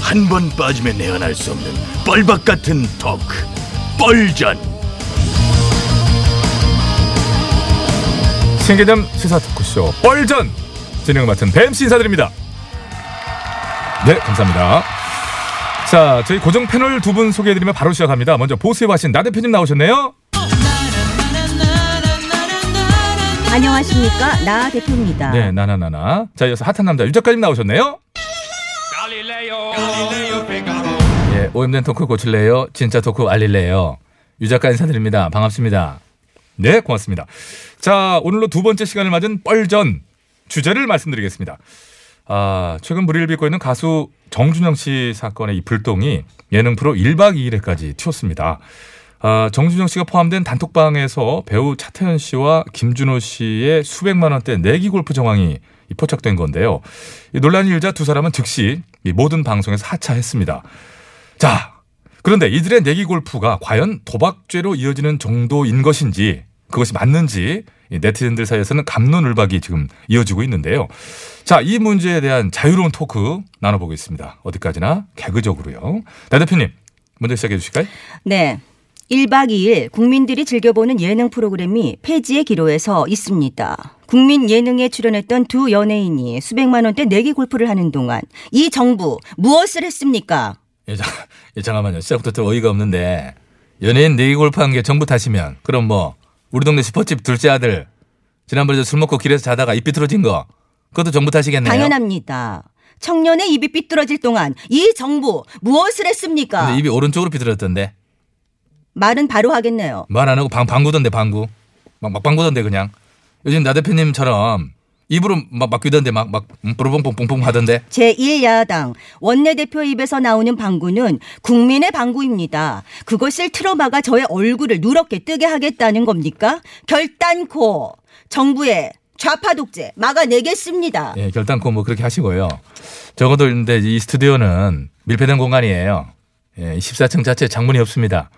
한 번 빠지면 내안할 수 없는 뻘박 같은 토크 뻘전 신개념 시사 토크쇼 뻘전 진행을 맡은 뱀씨 인사드립니다. 네 감사합니다. 자 저희 고정 패널 두 분 소개해드리면 바로 시작합니다. 먼저 보수의 화신 나 대표님 나오셨네요. 안녕하십니까 나 대표입니다. 네 나나나나. 자 이어서 핫한 남자 유 작가님 나오셨네요. 예 오염된 토크 고칠래요. 진짜 토크 알릴래요. 유 작가 인사드립니다. 반갑습니다. 네 고맙습니다. 자 오늘로 두 번째 시간을 맞은 뻘전 주제를 말씀드리겠습니다. 아, 최근 불의를 빚고 있는 가수 정준영 씨 사건의 이 불똥이 예능 프로 1박 2일에까지 튀었습니다. 아, 정준영 씨가 포함된 단톡방에서 배우 차태현 씨와 김준호 씨의 수백만 원대 내기 골프 정황이 이 포착된 건데요. 이 논란이 일자 두 사람은 즉시 이 모든 방송에서 하차했습니다. 자, 그런데 이들의 내기 골프가 과연 도박죄로 이어지는 정도인 것인지 그것이 맞는지 이 네티즌들 사이에서는 감론을박이 지금 이어지고 있는데요. 자, 이 문제에 대한 자유로운 토크 나눠보겠습니다. 어디까지나 개그적으로요. 나 대표님, 먼저 시작해 주실까요? 네. 1박 2일 국민들이 즐겨보는 예능 프로그램이 폐지의 기로에서 있습니다. 국민 예능에 출연했던 두 연예인이 수백만 원대 내기 골프를 하는 동안 이 정부 무엇을 했습니까? 예, 잠, 예, 잠깐만요. 시작부터 좀 어이가 없는데 연예인 내기 골프한 게 정부 탓이면 그럼 뭐 우리 동네 슈퍼집 둘째 아들 지난번에 술 먹고 길에서 자다가 입 삐뚤어진 거 그것도 정부 탓이겠네요. 당연합니다. 청년의 입이 삐뚤어질 동안 이 정부 무엇을 했습니까? 근데 입이 오른쪽으로 삐뚤어졌던데 말은 바로 하겠네요. 말 안 하고 방 방구던데 방구 막, 막 방구던데 그냥 요즘 나 대표님처럼 입으로 막 막 귀던데 막막 뽀로뽕뽕뽕뽕 하던데 제1야당 원내대표 입에서 나오는 방구는 국민의 방구입니다. 그것을 틀어막아 저의 얼굴을 누렇게 뜨게 하겠다는 겁니까? 결단코 정부의 좌파 독재 막아내겠습니다. 예, 결단코 뭐 그렇게 하시고요. 적어도 근데 이 스튜디오는 밀폐된 공간이에요. 예, 14층 자체 장문이 없습니다.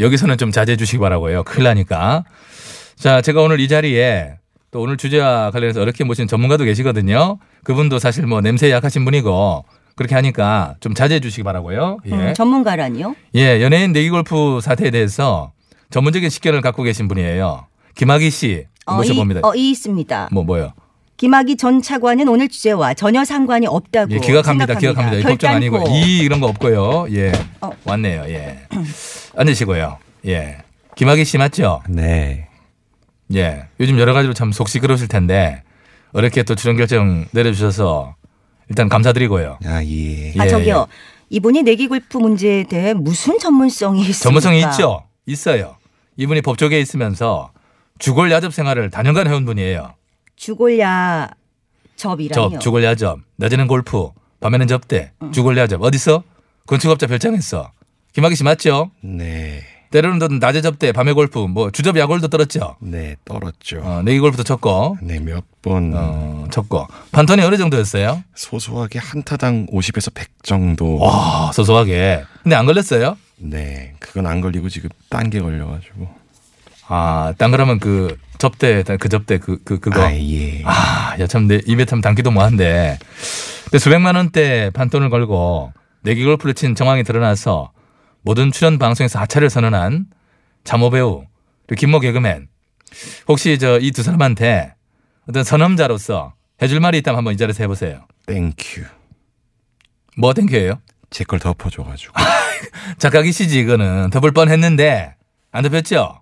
여기서는 좀 자제해 주시기 바라고요. 큰일 나니까. 자, 제가 오늘 이 자리에 또 오늘 주제와 관련해서 어렵게 모신 전문가도 계시거든요. 그분도 사실 뭐 냄새에 약하신 분이고 그렇게 하니까 좀 자제해 주시기 바라고요. 예. 음, 전문가라니요? 예, 연예인 내기골프 사태에 대해서 전문적인 식견을 갖고 계신 분이에요. 김학의 씨 어, 이, 모셔봅니다. 어, 이 있습니다. 뭐 뭐요? 김학의 전 차관은 오늘 주제와 전혀 상관이 없다고 예, 기각합니다. 뭐, 생각합니다. 기각합니다. 이 법정 결단코. 아니고 이 이런 거 없고요. 예. 어. 왔네요. 예. 앉으시고요. 예. 김학의 씨 맞죠? 네. 예. 요즘 여러 가지로 참 속 시끄러우실 텐데 어렵게 또 출연 결정 내려주셔서 일단 감사드리고요. 아, 예. 아 예, 저기요. 이분이 내기 골프 문제에 대해 무슨 전문성이 있습니까? 전문성이 있죠? 있어요. 이분이 법조계에 있으면서 주골 야접 생활을 다년간 해온 분이에요. 주골야 접이라니요. 접, 주골 야접. 낮에는 골프, 밤에는 접대. 주골 야접. 어디서? 건축업자 별장에서. 김학의 씨 맞죠? 네. 때로는 또 낮에 접대, 밤에 골프, 뭐 주접 야골도 떨었죠. 네, 떨었죠. 어, 내기 골프도 쳤고, 네, 몇 번. 어, 쳤고. 판턴이 어느 정도였어요? 소소하게 한타당 50에서 100 정도. 와, 아, 소소하게. 근데 안 걸렸어요? 네. 그건 안 걸리고 지금 딴 게 걸려가지고. 아, 딴 거라면 그 접대, 그 접대, 그, 그, 그거. 아, 예. 아, 야, 참, 내 입에 참 담기도 뭐한데. 근데 수백만 원대 판돈을 걸고 내기 골프를 친 정황이 드러나서 모든 출연 방송에서 하차를 선언한 자모 배우, 그리고 김모 개그맨. 혹시 저 이 두 사람한테 어떤 선험자로서 해줄 말이 있다면 한번 이 자리에서 해보세요. 땡큐. 뭐 땡큐예요? 제 걸 덮어줘가지고. 작가기시지 이거는 덮을 뻔했는데 안 덮였죠.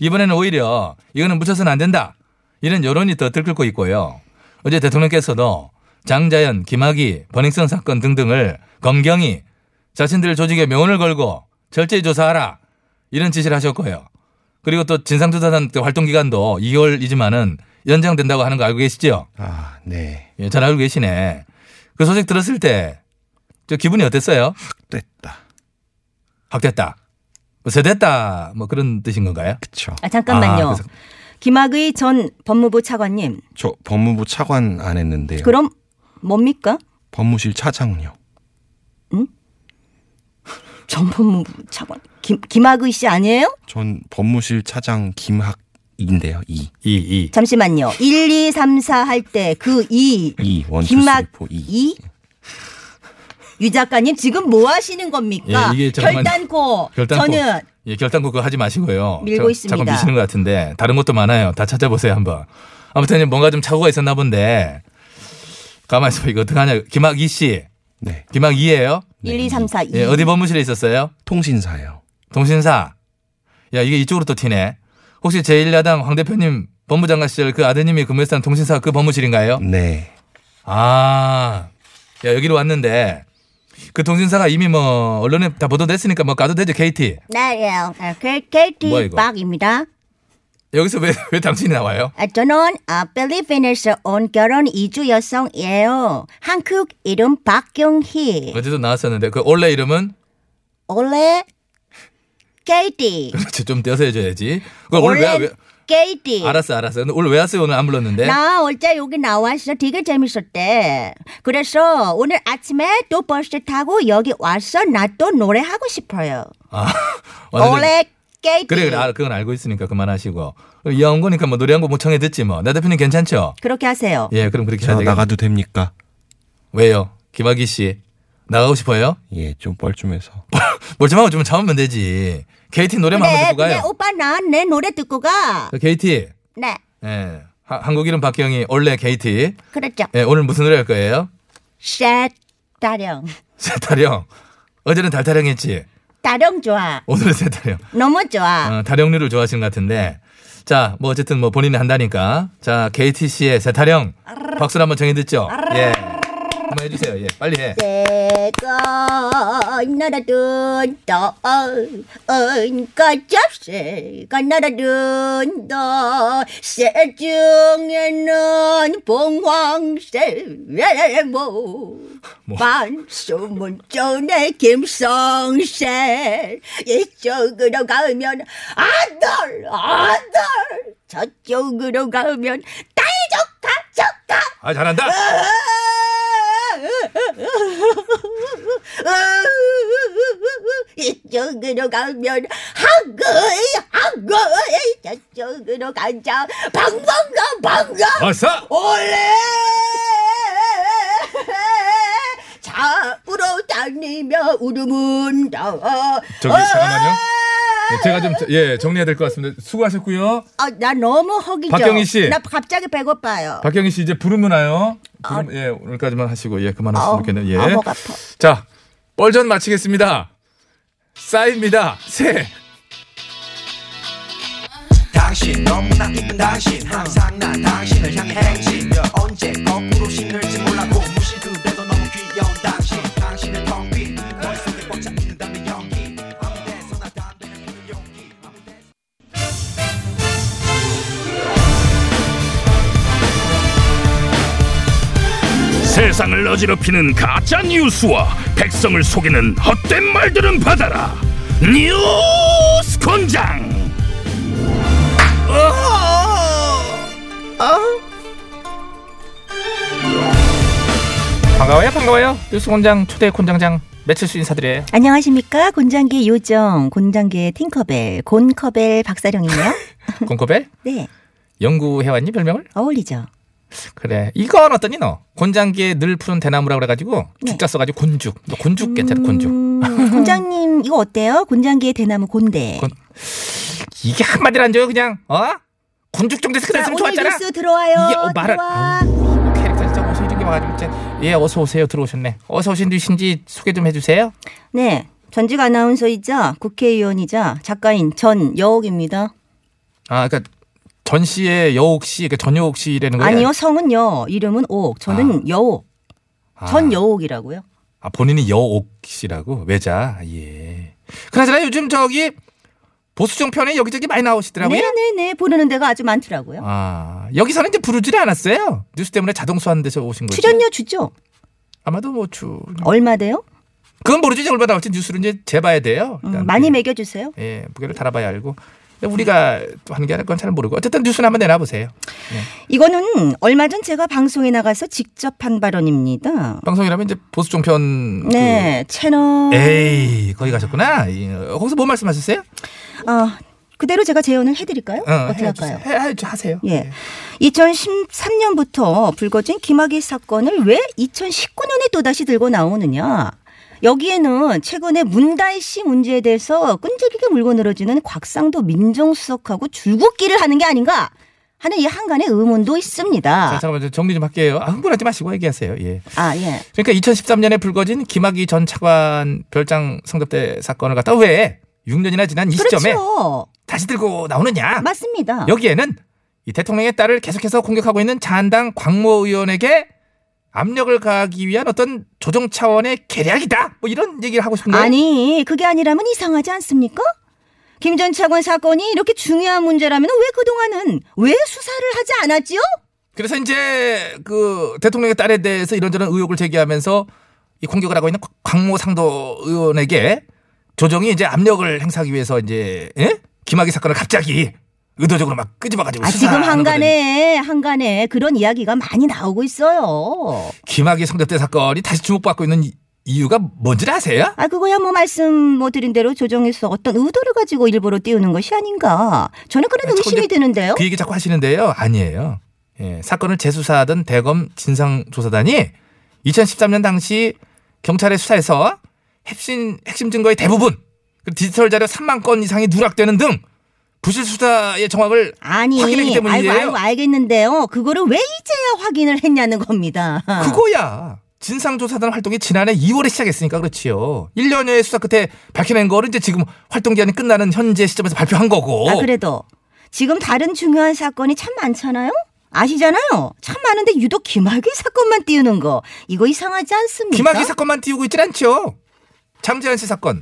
이번에는 오히려 이거는 묻혀서는 안 된다. 이런 여론이 더 들끓고 있고요. 어제 대통령께서도 장자연, 김학의, 버닝썬 사건 등등을 검경이 자신들 조직에 명운을 걸고 철저히 조사하라 이런 지시를 하셨고요. 그리고 또 진상조사단 그 활동 기간도 2월이지만은 연장된다고 하는 거 알고 계시죠? 아, 네. 예, 잘 알고 계시네. 그 소식 들었을 때 저 기분이 어땠어요? 됐다. 확됐다. 뭐 세됐다. 뭐 그런 뜻인 건가요? 그쵸. 아 잠깐만요. 아, 그래서- 네. 김학의 전 법무부 차관님. 저 법무부 차관 안 했는데요. 그럼 뭡니까? 법무실 차장요. 전 법무부 차관 김 김학의 씨 아니에요? 전 법무실 차장 김학인데요. 이. 이, 이. 잠시만요. 1, 2, 3, 4 할 때 그 이 이. 원투 김학 쓰리 포 이. 이 유 작가님 지금 뭐 하시는 겁니까? 예, 이게 잠깐만- 결단코, 결단코. 저는 예, 결단코 그거 하지 마시고요. 밀고 자- 있습니다. 자꾸 미시는 것 같은데 다른 것도 많아요. 다 찾아보세요 한번. 아무튼 뭔가 좀 착오가 있었나 본데 가만 있어 봐 이거 어떡하냐. 김학이 씨, 네. 김학이예요. 1, 2, 3, 4, 2. 예, 어디 법무실에 있었어요? 통신사요. 동신사. 야 이게 이쪽으로 또 튀네. 혹시 제1야당 황 대표님 법무장관 시절 그 아드님이 근무했던 동신사 그 법무실인가요? 네. 아, 야 여기로 왔는데 그 동신사가 이미 뭐 언론에 다 보도됐으니까 뭐 가도 되죠 KT. 네, 나예요. 뭐야, KT 이거? 박입니다. 여기서 왜, 왜 당신이 나와요? 아, 저는 아, 필리핀에서 온 결혼 이주 여성이에요. 한국 이름 박경희. 어제도 나왔었는데 그 원래 이름은 원래 KT. 그렇지 좀 떼서 해줘야지. 그 오늘 왜, 원래 왜 KT. 알았어 알았어. 근데 오늘 왜 왔어요? 오늘 안 불렀는데. 나 어제 여기 나왔어. 되게 재밌었대. 그래서 오늘 아침에 또 버스 타고 여기 와서 나 또 노래하고 싶어요. 아, 완전- 원래 KT. 그래 아, 그래 알- 그건 알고 있으니까 그만하시고 이왕 거니까 뭐 노래 한 곡 뭐 청해 듣지 뭐. 나 대표님 괜찮죠? 그렇게 하세요. 예 그럼 그렇게 저 해야 되겠 나가도 됩니까? 왜요? 김학의 씨 나가고 싶어요? 예, 좀 뻘쭘해서. 멀쩡하고 좀 참으면 되지. KT 노래만 한번 근데, 듣고 근데 가요. 오빠 나 내 노래 듣고 가. 자, KT 네. 예 하- 한국 이름 박경희 원래 KT 그렇죠. 예 오늘 무슨 노래 할 거예요? 셋 다령. 세타령 어제는 달타령했지. 다령 좋아. 오늘은 세타령. 너무 좋아. 어, 다령류를 좋아하시는 것 같은데. 자, 뭐 어쨌든 뭐 본인이 한다니까. 자, KTC의 세타령 박수를 한번 정해 듣죠. 예. 한번 해주세요. 예, 빨리 해. 새가 날아든다 Ừ, 은가자 새가 날아든다 새 중에는 봉황새모 뭐. 반수문전의 김성새 이쪽으로 가면 아들 아들 저쪽으로 가면 딸 조카 조카 아, 잘한다. 이쪽으로 가면 한거이 한거이 저쪽으로 가자 방방가 방가 어서. 올레 좌우로 다니며 울음은다 어! 저기, 잠깐만요. 예, 제가 좀 예 정리해야 될 것 같습니다. 수고하셨고요. 아, 나 너무 허기져 박경희 씨. 나 갑자기 배고파요 박경희 씨 이제 부르면 와요. 부르면- 예 오늘까지만 하시고 예 아. 아우, 그만하시면 좋겠네요. 예. 아, 목 아파. 자 뻘전 마치겠습니다. 싸입니다. 새. 당신 너무나 이쁜 당신 항상 난 당신을 향해 행진 언제 거꾸로 신을지 몰라고 무심 그래도 너무 귀여운 당신 당신의 텅빈 머릿속에 꽉차 있는 담배 연기 아무 데서나 담배를 피는 용기 아무 데서나 세상을 어지럽히는 가짜 뉴스와 백성을 속이는 헛된 말들은 받아라. 뉴스 권장. 반가워요 반가워요. 뉴스 권장 초대 권장장 매칠수 인사드려요. 안녕하십니까 곤장기의 요정 곤장기의 팅커벨 곤커벨 박사령이네요 공코벨 네 연구해왔니 별명을? 어울리죠 그래 이건 어떠니 너 곤장기에 늘 푸른 대나무라 그래가지고 네. 죽자 써가지고 곤죽 너 곤죽 괜찮아 곤죽 음, 곤장님 이거 어때요? 곤장기의 대나무 곤대. 곤- 이게 한마디로 안 줘요 그냥 어 곤죽 정도 자, 스크랬으면 오늘 좋았잖아 뉴스 들어와요. 이게 어, 말을- 들어와. 캐릭터 진짜 어서 이쪽에 와가지고 진짜 예 어서 오세요 들어오셨네 어서 오신 분이신지 소개 좀 해주세요 네, 전직 아나운서이자 국회의원이자 작가인 전 여옥입니다. 아 그러니까 전 씨의 여옥 씨 그러니까 전여옥 씨라는 거예요 아니요, 성은요, 이름은 옥, 저는 여옥, 아, 전 여옥이라고요. 아 본인이 여옥 씨라고 외자 예 그나저나 요즘 저기 보수 정편에 여기저기 많이 나오시더라고요 네네네, 부르는 데가 아주 많더라고요. 아 여기서는 이제 부르질 않았어요. 뉴스 때문에 자동 소환돼서 오신 거죠. 출연료 주죠? 아마도 뭐 주. 얼마 돼요? 그건 모르죠. 이제 얼마나 나올지 뉴스를 이제 재봐야 돼요. 음, 일단 많이 그, 매겨주세요. 예 무게를 달아봐야 알고. 근데 우리가 또 하는 게 아닐 건잘 모르고 어쨌든 뉴스는 한번 내놔보세요. 이거는 얼마 전 제가 방송에 나가서 직접 한 발언입니다. 방송이라면 이제 보수 종편. 네, 채널. 그- 에이 거기 가셨구나. 이, 어, 거기서 뭔 말씀하셨어요? 아, 그대로 제가 재연을 해드릴까요? 어, 떻게 해주세요. 할까요? 해, 해, 하세요. 예. 2013년부터 불거진 김학의 사건을 왜 2019년에 또다시 들고 나오느냐. 여기에는 최근에 문다혜 씨 문제에 대해서 끈질기게 물고 늘어지는 곽상도 민정수석하고 줄곧기를 하는 게 아닌가 하는 이 한간의 의문도 자, 있습니다. 잠깐만 좀 정리 좀 할게요. 아, 흥분하지 마시고 얘기하세요. 예. 아 예. 그러니까 2013년에 불거진 김학의 전 차관 별장 성접대 사건을 갖다 왜 6년이나 지난 이 시점에 그렇죠. 다시 들고 나오느냐? 맞습니다. 여기에는 이 대통령의 딸을 계속해서 공격하고 있는 자한당 광모 의원에게 압력을 가하기 위한 어떤 조정 차원의 계략이다. 뭐 이런 얘기를 하고 싶은 거예요. 아니 그게 아니라면 이상하지 않습니까? 김 전 차관 사건이 이렇게 중요한 문제라면 왜 그동안은 왜 수사를 하지 않았지요? 그래서 이제 그 대통령의 딸에 대해서 이런저런 의혹을 제기하면서 이 공격을 하고 있는 광모 상도 의원에게 조정이 이제 압력을 행사하기 위해서 이제 예? 김학의 사건을 갑자기 의도적으로 막 끄집어가지고 아, 지금 수사하는 거거든요. 한간에 한간에 그런 이야기가 많이 나오고 있어요. 김학의 성접대 사건이 다시 주목받고 있는 이- 이유가 뭔지 아세요? 아 그거야 뭐 말씀 뭐 드린 대로 조정에서 어떤 의도를 가지고 일부러 띄우는 것이 아닌가. 저는 그런 아, 저 의심이 근데 드는데요. 그 얘기 자꾸 하시는데요. 아니에요. 예, 사건을 재수사하던 대검 진상조사단이 2013년 당시 경찰의 수사에서 핵심, 핵심 증거의 대부분 그리고 디지털 자료 3만 건 이상이 누락되는 등 부실 수사의 정확을 아니, 확인했기 아이고, 때문이에요. 아이고, 알겠는데요. 그거를 왜 이제야 확인을 했냐는 겁니다. 그거야. 진상조사단 활동이 지난해 2월에 시작했으니까 그렇지요. 1년여의 수사 끝에 밝혀낸 거를 이제 지금 활동 기한이 끝나는 현재 시점에서 발표한 거고. 아, 그래도 지금 다른 중요한 사건이 참 많잖아요? 아시잖아요? 참 많은데 유독 김학의 사건만 띄우는 거. 이거 이상하지 않습니까? 김학의 사건만 띄우고 있진 않죠. 장재현 씨 사건,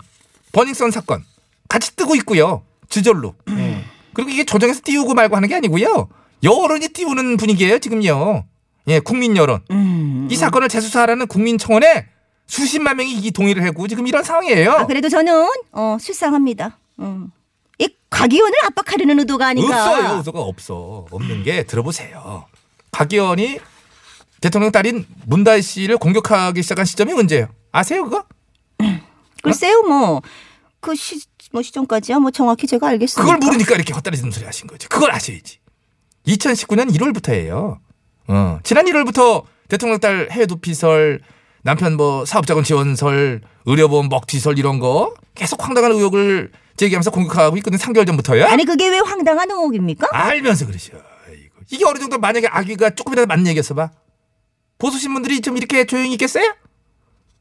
버닝썬 사건 같이 뜨고 있고요. 주절로. 그리고 이게 조정에서 띄우고 말고 하는 게 아니고요. 여론이 띄우는 분위기예요 지금요. 예, 국민 여론. 음. 이 사건을 재수사하라는 국민 청원에 수십만 명이 이 동의를 했고 지금 이런 상황이에요. 아, 그래도 저는, 어, 실상합니다. 음. 이 곽의원을 압박하려는 의도가 아닌가. 없어요. 의도가 없어. 없는 게 들어보세요. 박 의원이 대통령 딸인 문다혜 씨를 공격하기 시작한 시점이 언제예요? 아세요 그거? 글쎄요, 뭐. 그 시, 뭐 시점까지야 뭐 정확히 제가 알겠습니다. 그걸 모르니까 이렇게 헛다리짓는 소리 하신 거지. 그걸 아셔야지. 2019년 1월부터예요. 어, 지난 1월부터 대통령 딸 해외 도피설, 남편 뭐 사업자금 지원설, 의료보험 먹튀설 이런 거 계속 황당한 의혹을 제기하면서 공격하고 있거든 3개월 전부터요. 아니 그게 왜 황당한 의혹입니까? 알면서 그러셔. 아이고. 이게 어느 정도 만약에 아귀가 조금이라도 맞는 얘기였어 봐. 보수 신문들이 좀 이렇게 조용히 있겠어요?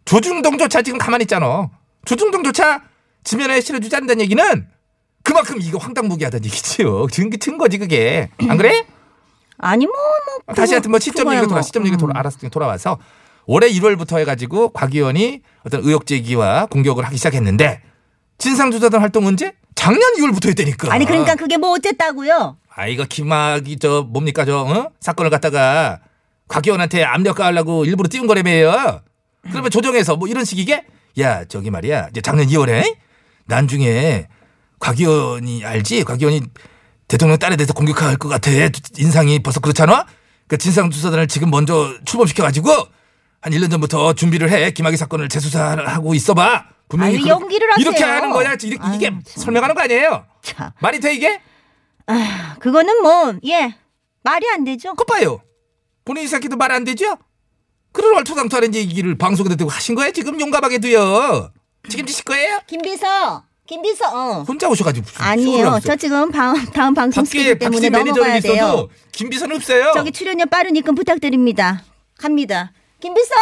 조중동조차 지금 가만히 있잖아. 조중동조차 지면에 실어주지 않는다는 얘기는 그만큼 이거 황당무계하다는 얘기지요. 지금 그 증거지 그게. 안 그래? 아니 뭐 뭐. 아, 다시 하여튼 뭐 시점 그거야 얘기 돌아 뭐. 시점 얘기 돌아 알았을 때 돌아와서 올해 1월부터 해가지고 곽 의원이 어떤 의혹 제기와 공격을 하기 시작했는데 진상조사단 활동 언제? 작년 2월부터 했다니까. 아니 그러니까 그게 뭐 어쨌다고요? 아 이거 김학이 저 뭡니까 저 어? 사건을 갖다가 곽기원한테 압력 가하려고 일부러 띄운 거라며요. 그러면 조정에서 뭐 이런 식이게 야 저기 말이야 이제 작년 2월에 난중에 곽기원이 알지 곽기원이 대통령 딸에 대해서 공격할 것 같아 인상이 벌써 그렇잖아. 그 진상 조사단을 지금 먼저 출범시켜 가지고 한 1년 전부터 준비를 해 김학의 사건을 재수사하고 있어봐. 분명히 아유, 그렇- 연기를 하세요. 이렇게 하는 거야. 이렇게 아유, 이게 참. 설명하는 거 아니에요? 자, 말이 돼 이게? 그거는 뭐 예. 말이 안 되죠. 그거 봐요. 본인이 생각해도 말 안 되죠? 그런 얼토당토하는 얘기를 방송에다 대고 하신 거예요? 지금 용감하게도요. 책임지실 거예요? 김비서, 김비서. 어. 혼자 오셔가지고 무슨 쇼를 아니에요. 하면서. 저 지금 다음 다음 방송 밖에 스케줄 때문에 박씨 매니저는 넘어가야 돼요. 있어도 김비서는 없어요. 저기 출연료 빠른 입금 부탁드립니다. 갑니다. 김비서.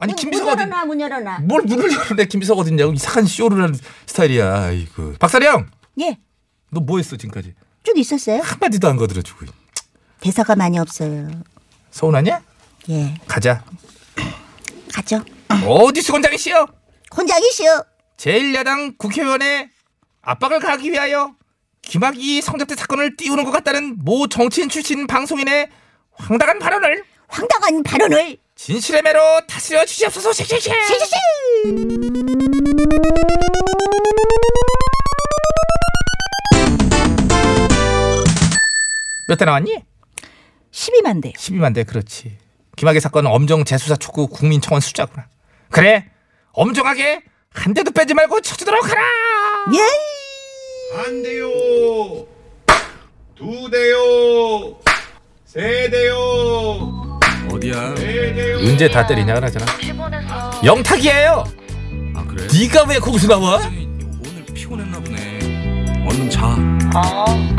아니 문- 문 김비서가 어디? 열어놔, 문 열어놔. 뭘 문을 열는데 김비서가 어딨냐고 이상한 쇼를 하는 스타일이야. 아이고. 박사령, 예, 너 뭐 했어 지금까지? 쭉 있었어요. 한마디도 안 거들어주고. 대사가 많이 없어요. 서운하냐? 예, 가자. 가죠. 어디 수건장이시여? 혼자이시오. 제1야당 국회의원의 압박을 가하기 위하여 김학의 성접대 사건을 띄우는 것 같다는 모 정치인 출신 방송인의 황당한 발언을 황당한 네. 발언을. 진실의 매로 다스려 주시옵소서 씩씩씩 실실. 몇대 나왔니? 12만 대. 12만 대 그렇지 김학의 사건은 엄정 재수사 촉구 국민청원 숫자구나 그래 엄정하게 한 대도 빼지 말고 쳐주도록 하라 예. 한 대요, 두 대요, 세 대요, 어디야? 네 대요. 언제 다 때리냐 그러잖아 일본에서 영탁이에요. 아 그래? 네가 왜 거기서 나와? 오늘 피곤했나 보네. 얼른 자. 어.